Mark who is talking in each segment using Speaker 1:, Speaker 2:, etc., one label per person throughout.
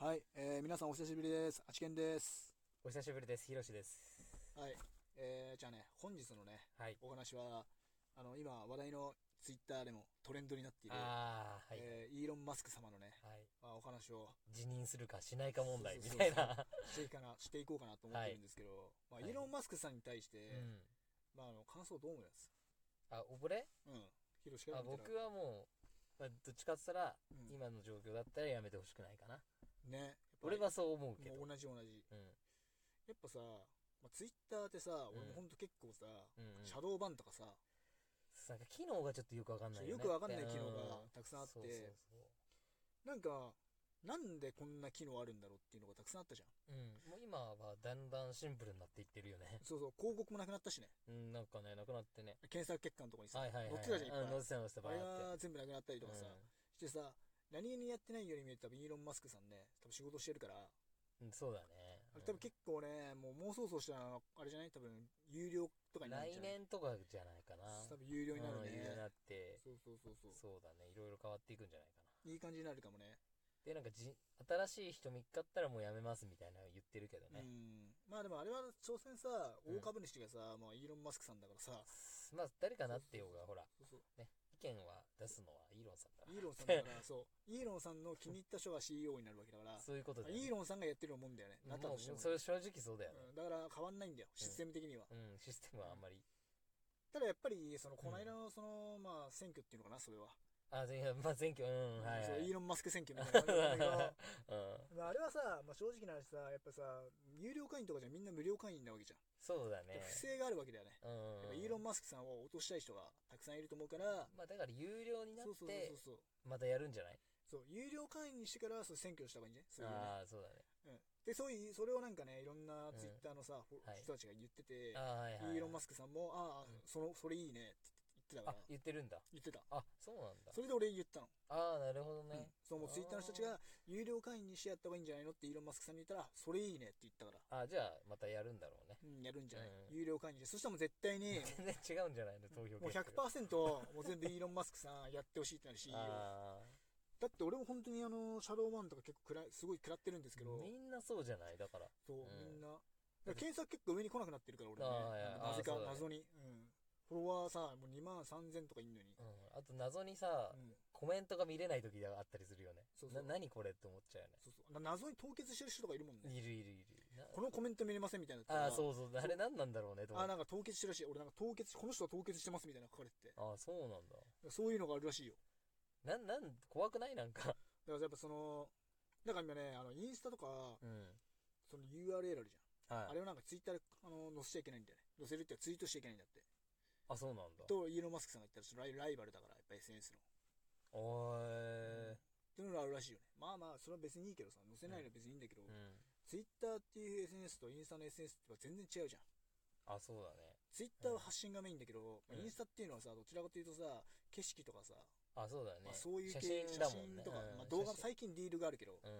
Speaker 1: はい、えー皆さんお久しぶりです。あちけんです。
Speaker 2: お久しぶりです。ひろしです。
Speaker 1: はい、えーじゃあね、本日のね、
Speaker 2: はい。
Speaker 1: お話は、あの、今話題のツイッターでもトレンドになっている、
Speaker 2: ああ、はい、
Speaker 1: えーイーロン・マスク様のね、
Speaker 2: はい。
Speaker 1: まあ、お話を
Speaker 2: 辞任するかしないか問題
Speaker 1: そ
Speaker 2: み
Speaker 1: うそうそう
Speaker 2: たいな。
Speaker 1: していかな、 していこうかなと思ってるんですけど、
Speaker 2: い
Speaker 1: まあ、
Speaker 2: は
Speaker 1: イ
Speaker 2: い
Speaker 1: ーロン・マスクさんに対して、
Speaker 2: うん。
Speaker 1: まあ、あの、感想どう思います
Speaker 2: あ、俺
Speaker 1: うん。ヒロシから
Speaker 2: あ
Speaker 1: 見たら
Speaker 2: 僕はもう、まあ、どっちかって言ったら、
Speaker 1: うん
Speaker 2: 今の状況だったらやめてほしくないかな。
Speaker 1: ね、やっぱ
Speaker 2: 俺はそう思うけど。
Speaker 1: もう同じ同じ。
Speaker 2: うん。
Speaker 1: やっぱさ、まあ、ツイッターってさ、俺もほんと結構さ、
Speaker 2: うん、うん。
Speaker 1: シャドーバンとかさ、
Speaker 2: なんか機能がちょっとよくわかんないよね。
Speaker 1: よくわかんない機能
Speaker 2: うん
Speaker 1: がたくさんあって、
Speaker 2: そうそうそ
Speaker 1: なんか、なんでこんな機能あるんだろうっていうのがたくさんあったじゃん。
Speaker 2: う。うん。もう今はだんだんシンプルになっていってるよね。
Speaker 1: そうそう、広告もなくなったしね。
Speaker 2: うん、なんかね、なくなってね。
Speaker 1: 検索結果のとこにさ、
Speaker 2: はいはいはい。
Speaker 1: 載ってたじゃんいっぱい
Speaker 2: う載ってた載ってた、
Speaker 1: あ
Speaker 2: バ
Speaker 1: れ
Speaker 2: ー
Speaker 1: が
Speaker 2: って。
Speaker 1: 全部なくなったりとかさ、
Speaker 2: う
Speaker 1: してさ、何気にやってないように見えて多分イーロン・マスクさんね、多分仕事してるから、あ
Speaker 2: んうん、そうだね。
Speaker 1: れ多分結構ね、もう妄想想したら、あれじゃない多分、有料とかになるんじ
Speaker 2: 来
Speaker 1: ゃない
Speaker 2: 年とかじゃないかな。
Speaker 1: 多分有料になる
Speaker 2: うんいろいろな
Speaker 1: ね。
Speaker 2: って
Speaker 1: そうそうそうそう。
Speaker 2: そうだねいろいろ変わっていくんじゃないかない
Speaker 1: い感じになるかもね。
Speaker 2: でなんかじ新しい人見っかったらもうやめますみたいなの言ってるけど
Speaker 1: う
Speaker 2: ね、
Speaker 1: ん。まあでもあれは、挑戦さ、
Speaker 2: うん
Speaker 1: 大株主がさ、まあイーロン・マスクさんだからさ、
Speaker 2: まあ誰かなってようがほら
Speaker 1: そうそう
Speaker 2: 意見は出すのはイーロンさんだか
Speaker 1: イーロンさんだから、そう。イーロンさんの気に入った人が CEO になるわけだから
Speaker 2: ら、そういうことだよね
Speaker 1: イーロンさんがやってるもんだよね。なったと
Speaker 2: もう
Speaker 1: してもね
Speaker 2: それ正直そうだよね
Speaker 1: うんだから変わんないんだよ、システム的には。
Speaker 2: うん、システムはあんまり
Speaker 1: ただやっぱり、その、この間の、その、まあ、選挙っていうのかな、それは。
Speaker 2: あ全然まあ選挙うんはい、は
Speaker 1: そうイー
Speaker 2: い、
Speaker 1: ロン・マスク選挙みたいなのがあるんだけ
Speaker 2: うん
Speaker 1: ど。まあ、あれはさ、まあ、正直な話さ、やっぱさ、有料会員とかじゃみんな無料会員なわけじゃん。
Speaker 2: そうだね
Speaker 1: 不正があるわけだよね。
Speaker 2: う
Speaker 1: やっぱ
Speaker 2: ん
Speaker 1: イーロン・マスクさんを落としたい人がたくさんいると思うから、
Speaker 2: まあだから有料になっ
Speaker 1: そうそう
Speaker 2: て
Speaker 1: そうそう。
Speaker 2: またやるんじゃない
Speaker 1: そう、有料会員にしてから、そう、選挙した方がいいんじゃないそういうね
Speaker 2: ああそうだね
Speaker 1: うんで、そういう、それをなんかね、いろんなツイッターのさ、フォ
Speaker 2: はい
Speaker 1: 人たちが言ってて、
Speaker 2: ああはいはい、はい、
Speaker 1: イーロン・マスクさんも、ああ、
Speaker 2: うん
Speaker 1: その、それいいねって言ってたか
Speaker 2: あ
Speaker 1: ら、
Speaker 2: 言ってるんだ
Speaker 1: 言ってた。
Speaker 2: あそうなんだ
Speaker 1: それで俺言ったの。
Speaker 2: ああなるほどね、
Speaker 1: うんそう、もうツイッターの人たちが、有料会員にしてやった方がいいんじゃないのってイーロン・マスクさんに言ったら、それいいねって言ったから、
Speaker 2: あじゃあまたやるんだろうね
Speaker 1: うん、やるんじゃない、
Speaker 2: うん
Speaker 1: 有料会員で。そしたらもう絶対 に、
Speaker 2: 全然違うんじゃないの投票
Speaker 1: もう
Speaker 2: 結果
Speaker 1: 100%、もう全部イーロン・マスクさんやってほしいってなるし、だ
Speaker 2: あ
Speaker 1: って俺も本当にあの、シャドーマンとか結構くらい、すごい食らってるんですけど
Speaker 2: ー、みんなそうじゃないだから
Speaker 1: そう、
Speaker 2: うん
Speaker 1: みんな。だから検索結構上に来なくなってるから、俺ね
Speaker 2: ああいや。
Speaker 1: なんかなぜか
Speaker 2: ああそうだね
Speaker 1: 謎に。うん。フォロワーさ、もう2万3000とかいんのに。
Speaker 2: うんあと謎にさ、
Speaker 1: うん。
Speaker 2: コメントが見れない時があったりするよね
Speaker 1: そうそう
Speaker 2: な何これって思っちゃうよ
Speaker 1: そうそう。な謎に凍結してる人とかいるもんね。
Speaker 2: ねいるいるいるな
Speaker 1: このコメント見れませんみたいなのとか。
Speaker 2: ああそうそうあれ何なんだろうねと思
Speaker 1: あ
Speaker 2: って
Speaker 1: なんか凍結してるらしい。俺なんか凍結し、この人は凍結してますみたいなの書かれてて。
Speaker 2: ああそうなんだ
Speaker 1: そういうのがあるらしいよ。
Speaker 2: なんなん怖くないなんか
Speaker 1: だからやっぱその、だから今ね、あの、インスタとか、
Speaker 2: うん
Speaker 1: その URL あるじゃん。あ
Speaker 2: はい
Speaker 1: れをなんかツイッターで、あの、載せちゃいけないんだよね。載せるっていうかツイートしちゃいけないんだって。
Speaker 2: あそうなんだ
Speaker 1: と、イーロン・マスクさんが言ったらちょっとライ、ライバルだから、やっぱ SNS の。
Speaker 2: お
Speaker 1: っ
Speaker 2: ーい
Speaker 1: ていうのがあるらしいよね。まあまあ、それは別にいいけどさ、載せないのは別にいいんだけど、
Speaker 2: うん
Speaker 1: ツイッターっていう SNS とインスタの SNS っては全然違うじゃん。
Speaker 2: あそうだね
Speaker 1: ツイッターは発信がメインだけど、まあ
Speaker 2: うん
Speaker 1: インスタっていうのはさ、どちらかというとさ、景色とかさ、
Speaker 2: あそうだね、
Speaker 1: まあ、そういう
Speaker 2: 写
Speaker 1: 系
Speaker 2: 真だもんね
Speaker 1: とか、
Speaker 2: う
Speaker 1: ま
Speaker 2: ん
Speaker 1: あ、動画
Speaker 2: 写
Speaker 1: も最近
Speaker 2: 真
Speaker 1: リールがあるけど、
Speaker 2: うん。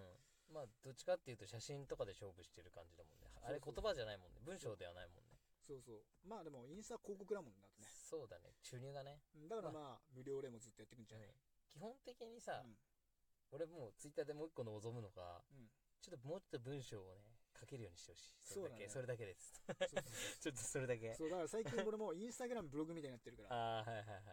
Speaker 2: まあ、どっちかっていうと写真とかで勝負してる感じだもんね。あれ
Speaker 1: そう
Speaker 2: 言
Speaker 1: そう
Speaker 2: 葉じゃないもんね。文章ではないもんね。
Speaker 1: そうそう。まあでも、インスタは広告だもんなとね。
Speaker 2: そうだね。注入がね。
Speaker 1: だからまあ、無料でもずっとやっていくんじゃない、
Speaker 2: 基本的にさ、
Speaker 1: うん
Speaker 2: 俺もうツイッターでもう一個望むのが、
Speaker 1: うん
Speaker 2: ちょっともうちょっと文章をね、書けるようにしてほしい。それだけ、
Speaker 1: そ
Speaker 2: そうれだけです。
Speaker 1: そうそう
Speaker 2: ちょっとそれだけ。
Speaker 1: そう、だから最近俺もインスタグラムブログみたいになってるから、
Speaker 2: ああ、はいはいはい。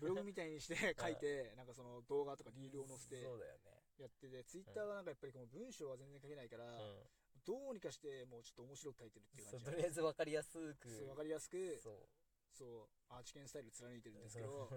Speaker 1: ブログみたいにして書いて、なんかその動画とかリールを載せて
Speaker 2: そうだよね。
Speaker 1: やってて、ツイッターはなんかやっぱりこの文章は全然書けないから、
Speaker 2: う
Speaker 1: どうにかしてもうちょっと面白く書いてるってい
Speaker 2: ん
Speaker 1: う。
Speaker 2: そ
Speaker 1: 感じ
Speaker 2: うとりあえずわかりやすく。
Speaker 1: そうわかりやすく
Speaker 2: そ
Speaker 1: そうアーチケンスタイル貫いてる
Speaker 2: うん
Speaker 1: ですけど
Speaker 2: そ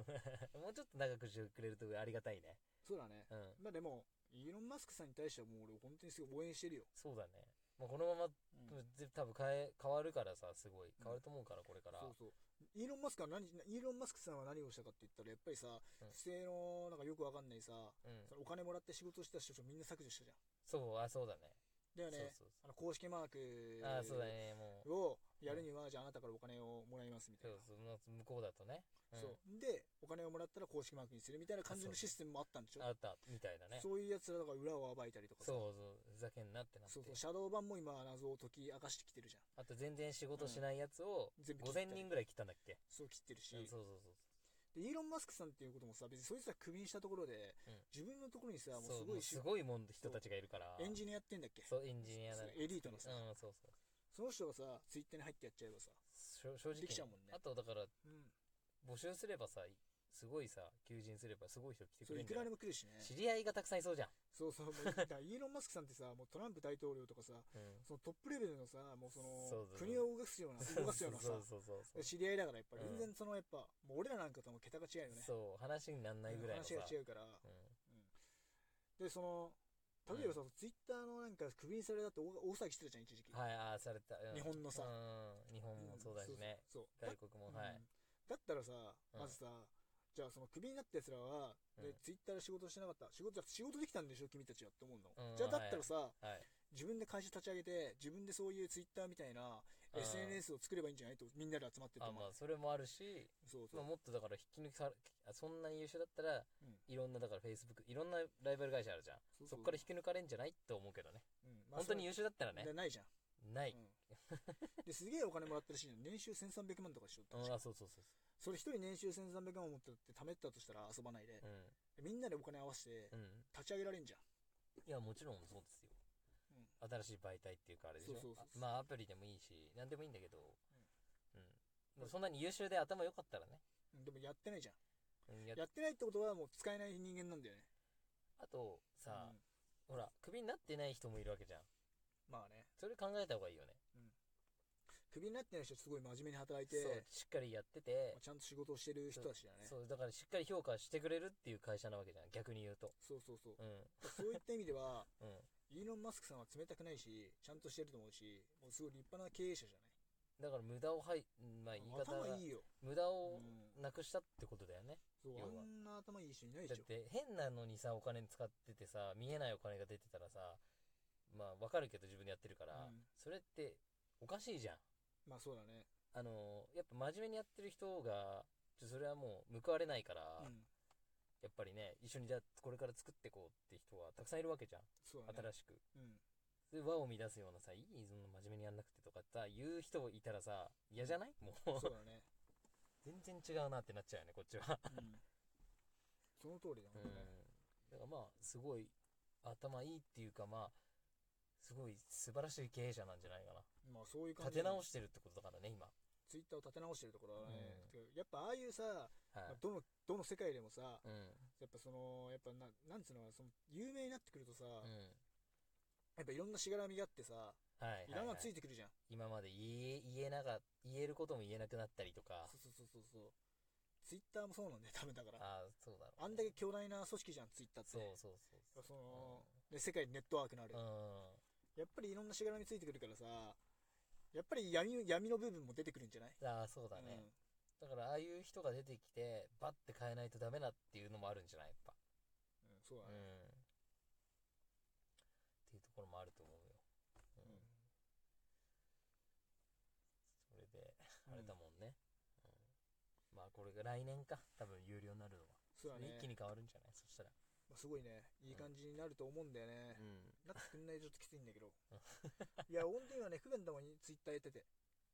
Speaker 2: う もうちょっと長くしてくれるとありがたいね。
Speaker 1: そうだね
Speaker 2: うん。
Speaker 1: まあでもイーロン・マスクさんに対してはもう俺本当にすごい応援してるよ、
Speaker 2: そうだね。まあ、このまま
Speaker 1: うん
Speaker 2: ぜ多分変え変わるからさすごい変わると思うからこれから、
Speaker 1: そうそうイーロン・マスクは何イーロン・マスクさんは何をしたかって言ったらやっぱりさ、
Speaker 2: うん
Speaker 1: 不正のなんかよくわかんないさ、
Speaker 2: うん
Speaker 1: そのお金もらって仕事した人たちをみんな削除したじ
Speaker 2: そうあそうだね
Speaker 1: ゃんだよね
Speaker 2: そうそう
Speaker 1: あの公式マー
Speaker 2: そうあそうだ
Speaker 1: ク
Speaker 2: ねもう
Speaker 1: をやるには、じゃああなたからお金をもらいますみた
Speaker 2: そ
Speaker 1: いうな
Speaker 2: そうまあ向こうだとね、うん
Speaker 1: そうでお金をもらったら公式マークにするみたいな感じのシステムもあったんでしょ
Speaker 2: あったみたいだねそう
Speaker 1: そういうやつらだから裏を暴いたりとかさ
Speaker 2: そうふざけんなってなって
Speaker 1: そうそう、シャドー版も今謎を解き明かしてきてるじゃん。
Speaker 2: あと全然仕事しないやつを
Speaker 1: 全部切った
Speaker 2: 5000人ぐらい切ったんだっけ、
Speaker 1: そう切ってるし、
Speaker 2: うんそうそうそう
Speaker 1: でイーロン・マスクさんっていうこともさ別にそいつらクビにしたところで、
Speaker 2: うん
Speaker 1: 自分のところにさもう
Speaker 2: そう
Speaker 1: す
Speaker 2: も
Speaker 1: ご
Speaker 2: う
Speaker 1: いし
Speaker 2: すごいもん人たちがいるから
Speaker 1: エンジニアやってんだっけそ
Speaker 2: そうエンジニアなん
Speaker 1: そうエリートのさ
Speaker 2: うんそうそう
Speaker 1: の人がさツイッターに入ってやっちゃえばさ、
Speaker 2: しょ正直
Speaker 1: できちゃうもんね
Speaker 2: あとだから
Speaker 1: うん、
Speaker 2: 募集すればさすごいさ求人すればすごい人来て
Speaker 1: そ
Speaker 2: く
Speaker 1: れい
Speaker 2: れるんじ
Speaker 1: く
Speaker 2: ゃな
Speaker 1: ら
Speaker 2: い
Speaker 1: でも来るしね
Speaker 2: 知り合いがたくさんいそうじゃん、
Speaker 1: そうそうもうだからイーロン・マスクさんってさもうトランプ大統領とかさ
Speaker 2: うん
Speaker 1: そのトップレベルのさもうその
Speaker 2: そうそう
Speaker 1: 国を動かすような動かすようなさ
Speaker 2: そうそうそうそう
Speaker 1: 知り合いだからやっぱり
Speaker 2: うん
Speaker 1: 全然そのやっぱ、もう俺らなんかとはもう桁が違うよね
Speaker 2: そう話にならないぐらいのさ、
Speaker 1: 話が違うから、
Speaker 2: う
Speaker 1: でその例えばさ、ツイッターのなんかクビにされたって大大騒ぎしてたじゃん一時期、
Speaker 2: ん、はいああされた、うん
Speaker 1: 日本のさ
Speaker 2: うん日本もそうだしね、
Speaker 1: そうそう
Speaker 2: 外国もはい、
Speaker 1: うんだったらさ
Speaker 2: うん
Speaker 1: まずさ、じゃあそのクビになったやつらは、
Speaker 2: う
Speaker 1: で
Speaker 2: ん
Speaker 1: ツイッターで仕事してなかった仕事仕事できたんでしょ君たちはって思うの、
Speaker 2: うん
Speaker 1: じゃあだったらさ、
Speaker 2: はい
Speaker 1: 自分で会社立ち上げて自分でそういうツイッターみたいな
Speaker 2: うん
Speaker 1: SNS を作ればいいんじゃないとみんなで集まってて
Speaker 2: あ
Speaker 1: も
Speaker 2: まあそれもあるし、
Speaker 1: そうそう
Speaker 2: まあ、もっとだから引き抜かあそんなに優秀だったら、
Speaker 1: うん
Speaker 2: いろんなだから Facebook いろんなライバル会社あるじゃん
Speaker 1: そう
Speaker 2: そこから引き抜かれんじゃないって思うけどね、
Speaker 1: うんまあ
Speaker 2: 本当に優秀だったら
Speaker 1: それ
Speaker 2: ね
Speaker 1: はないじゃん
Speaker 2: ない、
Speaker 1: うんですげえお金もらってるし年収1300万とかしよう
Speaker 2: うん
Speaker 1: って
Speaker 2: あそうそうそう
Speaker 1: それ一人年収1300万持ってって貯めてたとしたら遊ばないで、
Speaker 2: そう
Speaker 1: みんなでお金合わせて
Speaker 2: うん、うん、
Speaker 1: 立ち上げられんじゃん
Speaker 2: いやもちろんそうですよ、新しい媒体っていうかあれでしょ
Speaker 1: そうそうそうそう
Speaker 2: あまあアプリでもいいし何でもいいんだけど、うんまあそんなに優秀で頭良かったらね、
Speaker 1: うんでもやってないじゃん
Speaker 2: うん、や
Speaker 1: やってないってことはもう使えない人間なんだよね
Speaker 2: あとさ、
Speaker 1: うん
Speaker 2: ほらクビになってない人もいるわけじゃん
Speaker 1: まあね
Speaker 2: それ考えた方がいいよね
Speaker 1: クビになってない人すごい真面目に働いて
Speaker 2: そうしっかりやってて
Speaker 1: まあちゃんと仕事をしてる人たちだよね
Speaker 2: そうだからしっかり評価してくれるっていう会社なわけじゃん逆に言うと
Speaker 1: そうそうそう
Speaker 2: うん
Speaker 1: そういった意味では
Speaker 2: うん
Speaker 1: イーロン・マスクさんは冷たくないし、ちゃんとしてると思うし、もうすごい立派な経営者じゃ
Speaker 2: だから無駄をはいま
Speaker 1: な
Speaker 2: あ
Speaker 1: い
Speaker 2: 言い方が
Speaker 1: 頭いいよ。
Speaker 2: 無駄
Speaker 1: う
Speaker 2: を
Speaker 1: ん。
Speaker 2: なくしたってことだよね
Speaker 1: そう、
Speaker 2: 要
Speaker 1: あ
Speaker 2: は
Speaker 1: んな頭いい人いない
Speaker 2: だ
Speaker 1: でしょ。
Speaker 2: って変なのにさお金使っててさ見えないお金が出てたらさまあわかるけど自分でやってるから、
Speaker 1: うん
Speaker 2: それっておかしいじゃん
Speaker 1: まあそうだね。
Speaker 2: あのやっぱ真面目にやってる人がちょそれはもう報われないから、
Speaker 1: うん。
Speaker 2: やっぱりね一緒にじゃあこれから作っていこうって人はたくさんいるわけじゃん、
Speaker 1: そうだね。
Speaker 2: 新しく
Speaker 1: うん。
Speaker 2: で輪を乱すようなさいいそんな真面目にやんなくてとかさ言う人いたらさ嫌じゃないもう
Speaker 1: そうだね。
Speaker 2: 全然違うなってなっちゃうよねこっちは
Speaker 1: うん。その通りだ
Speaker 2: うん
Speaker 1: もんね。
Speaker 2: だからまあすごい頭いいっていうかまあすごい素晴らしい経営者なんじゃないかな
Speaker 1: まあそういう感じ。
Speaker 2: 立て直
Speaker 1: し。
Speaker 2: してるってことだからね今
Speaker 1: ツイッターを立て直してるところはね
Speaker 2: うん。
Speaker 1: てかやっぱああいうさ、
Speaker 2: は
Speaker 1: ま
Speaker 2: い
Speaker 1: あ、どの、どの世界でもさ、
Speaker 2: うん
Speaker 1: やっぱその、やっぱな、なんつうのかな、その、有名になってくるとさ、
Speaker 2: うん
Speaker 1: やっぱいろんなしがらみがあってさ、
Speaker 2: は
Speaker 1: いろ
Speaker 2: いはい
Speaker 1: んな
Speaker 2: は
Speaker 1: いのついてくるじゃん。
Speaker 2: 今まで言え言えなか言えることも言えなくなったりとか
Speaker 1: そうそうそうそうそう。ツイッターもそうなんだよ、多分だから。
Speaker 2: ああそうだろうね
Speaker 1: あんだけ巨大な組織じゃん、ツイッターって。
Speaker 2: そうそうそう
Speaker 1: やっぱその、で世界にネットワークのある、
Speaker 2: うん
Speaker 1: やっぱりいろんなしがらみついてくるからさ、やっぱり闇闇の部分も出てくるんじゃない
Speaker 2: ああそうだね、だからああいう人が出てきてバッて変えないとダメだっていうのもあるんじゃないやっぱ
Speaker 1: うんうんそう
Speaker 2: う
Speaker 1: だ
Speaker 2: ん
Speaker 1: ね。
Speaker 2: っていうところもあると思うよ、うん
Speaker 1: うん
Speaker 2: それであれだもんね、うんまあこれが来年か多分有料になるのは、
Speaker 1: そうだね。
Speaker 2: 一気に変わるんじゃないそしたら
Speaker 1: まあすごいね、いい感じになると思うんだよね。なってくんないとちょっときついんだけど
Speaker 2: うん。
Speaker 1: いや、本当にはね、不便だもん、ツイッターやってて。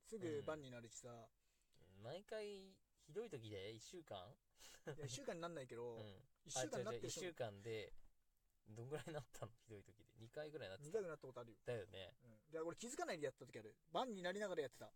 Speaker 1: すぐバンになるしさ、
Speaker 2: 毎回ひどい時で1週間、
Speaker 1: いや、1週間に なんないけど、
Speaker 2: うん、
Speaker 1: 一1
Speaker 2: あ
Speaker 1: 週間になっ
Speaker 2: 違
Speaker 1: てる
Speaker 2: う違う1
Speaker 1: 人
Speaker 2: 週間でどんぐらいになったのひどい時で2回ぐらいになって
Speaker 1: 2
Speaker 2: た
Speaker 1: 回ぐらいになったことあるよ。
Speaker 2: だよね
Speaker 1: うん。いや、俺気づかないでやった時ある。バンになりながらやってた。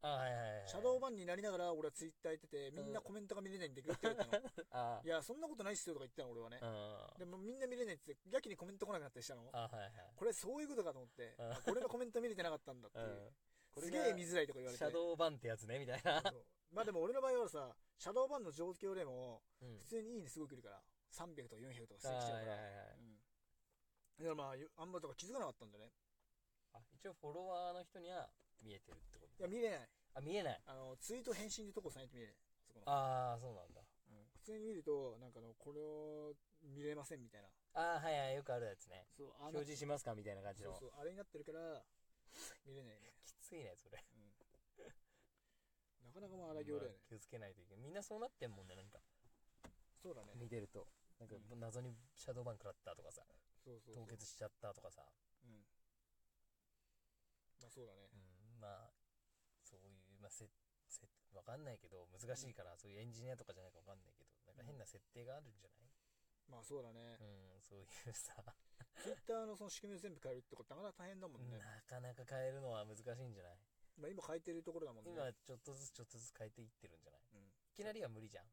Speaker 2: あはいはいはいはい
Speaker 1: シャドーバンになりながら俺はツイッターやってて、みんなコメントが見れないんだけどって言われた の。
Speaker 2: あ
Speaker 1: いや、そんなことないっすよとか言ってたの、俺はね
Speaker 2: あ。あ
Speaker 1: でもみんな見れないって言って、やけにコメント来なくなったりしたの。
Speaker 2: あはいはい
Speaker 1: これそういうことかと思って、
Speaker 2: うん
Speaker 1: あこれがコメント見れてなかったんだっていうう。
Speaker 2: これ
Speaker 1: す
Speaker 2: が
Speaker 1: げえ見づらいとか言われて。
Speaker 2: シャドーバンってやつねみたいな
Speaker 1: そうまあでも俺の場合はさ、シャドーバンの状況でも、
Speaker 2: うん
Speaker 1: 普通にいいねすごい来るから、300とか400とかし
Speaker 2: あー
Speaker 1: てきちゃ
Speaker 2: は
Speaker 1: う
Speaker 2: い
Speaker 1: か
Speaker 2: は
Speaker 1: ら。
Speaker 2: いはい
Speaker 1: うん。だからまあ、よあんまとか気づかなかったんだね。
Speaker 2: あ一応フォロワーの人には見えてるってこと
Speaker 1: いや、見れない。
Speaker 2: あ見えない
Speaker 1: あの、ツイート返信でとこさないと見れない。そこの
Speaker 2: ああそうなんだ
Speaker 1: うん普通に見ると、なんかあの、これを見れませんみたいな。
Speaker 2: ああはいはいよくあるやつね
Speaker 1: そう、あの
Speaker 2: 表示しますかみたいな感じ
Speaker 1: そう
Speaker 2: の
Speaker 1: そう、あれになってるから、見れないね。
Speaker 2: きついねそれ
Speaker 1: うんなかなかまあ荒行だよね
Speaker 2: ま。あ気をつけないといけないみんなそうなってんもんねなんか
Speaker 1: そうだね。
Speaker 2: 見てるとなんか
Speaker 1: うん
Speaker 2: 謎にシャドーバン食らったとかさ
Speaker 1: そうそうそう。
Speaker 2: 凍結しちゃったとかさ
Speaker 1: うん。まあそうだね
Speaker 2: う。んまあそういうまあせせわかんないけど、難しいから、そういうエンジニアとかじゃないかわかんないけど、なんか変な設定があるんじゃない
Speaker 1: まあそうだね。
Speaker 2: うん、そういうさ、
Speaker 1: ツイッターのその仕組みを全部変えるってことなかなか大変だもんね。
Speaker 2: なかなか変えるのは難しいんじゃない
Speaker 1: まあ今変えてるところだもんね。
Speaker 2: 今、ちょっとずつちょっとずつ変えていってるんじゃない
Speaker 1: うん
Speaker 2: いきなりは無理じゃん。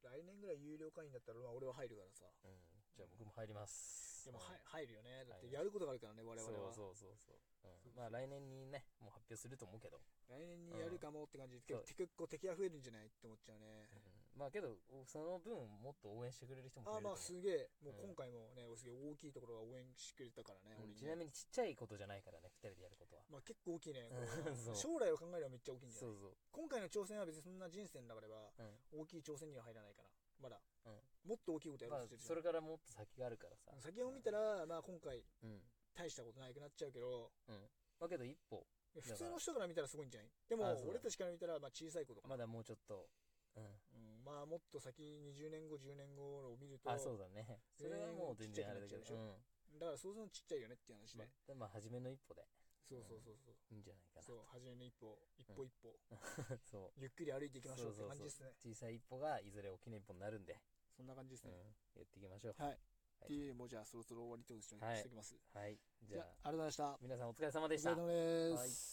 Speaker 1: 来年ぐらい有料会員だったら、まあ俺は入るからさ。
Speaker 2: うん、じゃあ僕も入ります。
Speaker 1: でも
Speaker 2: うん
Speaker 1: は入るよね。だっ
Speaker 2: 入
Speaker 1: て
Speaker 2: る
Speaker 1: やることがあるからね、我々は。
Speaker 2: そうそうそうそう、うん、まあ来年にねもう発表すると思うけど、
Speaker 1: 来年にやるかもって感じで、
Speaker 2: うん
Speaker 1: 結構手結構敵が増えるんじゃないって思っちゃうね。
Speaker 2: まあけどおその分もっと応援してくれる人も
Speaker 1: ああ
Speaker 2: 増える
Speaker 1: ま
Speaker 2: と思
Speaker 1: あ
Speaker 2: う、
Speaker 1: すげえ、もう
Speaker 2: うん
Speaker 1: 今回もね、すげえ大きいところが応援してくれたからね、
Speaker 2: うん
Speaker 1: 俺
Speaker 2: ちな
Speaker 1: に。
Speaker 2: みにちっちゃいことじゃないからね2人でやることは、
Speaker 1: まあ結構大きいね。これ
Speaker 2: うんそう
Speaker 1: 将来を考えればめっちゃ大きいんじゃ
Speaker 2: そ
Speaker 1: ないう
Speaker 2: そ
Speaker 1: 今回の挑戦は別にそんな人生の中では
Speaker 2: う、うん
Speaker 1: 大きい挑戦には入らないから、まだ。
Speaker 2: うん
Speaker 1: もっと大きいことや
Speaker 2: ま
Speaker 1: ろう
Speaker 2: あ
Speaker 1: としてるじゃん
Speaker 2: それからもっと先があるからさ
Speaker 1: 先を見たら、まあ今回
Speaker 2: うん、
Speaker 1: 大したことなくなっちゃうけど、
Speaker 2: うんまあけど一歩
Speaker 1: 普通の人から見たらすごいんじゃないで
Speaker 2: あそう
Speaker 1: も
Speaker 2: だ
Speaker 1: 俺たちから見たらまあ小さいことかな、
Speaker 2: まだもうちょっと、うん、
Speaker 1: うんまあもっと先20年後10年後を見ると
Speaker 2: あそうだねそれはもう全然あれだけど、
Speaker 1: ちっちゃ
Speaker 2: う
Speaker 1: く
Speaker 2: ん
Speaker 1: だからそうするのちっちゃいよねっていう話
Speaker 2: ま
Speaker 1: で、
Speaker 2: あでまあ初めの一歩で
Speaker 1: そうそうそうそう
Speaker 2: いいんじゃないか
Speaker 1: そう
Speaker 2: な
Speaker 1: 初めの一歩一歩一歩、
Speaker 2: と そう
Speaker 1: ゆっくり歩いていきましょうって感じですね
Speaker 2: 小さい一歩がいずれ大きな一歩になるんで、
Speaker 1: そんな感じです
Speaker 2: うん
Speaker 1: ね、、
Speaker 2: やっていきましょう
Speaker 1: はいっていうもうじゃあそろそろ終わりとしておきます、
Speaker 2: はいじ
Speaker 1: じ
Speaker 2: ゃあ
Speaker 1: ゃあありがとうございました
Speaker 2: 皆さんお疲れ様
Speaker 1: お
Speaker 2: でし
Speaker 1: 疲れ
Speaker 2: た。
Speaker 1: 様です、
Speaker 2: はい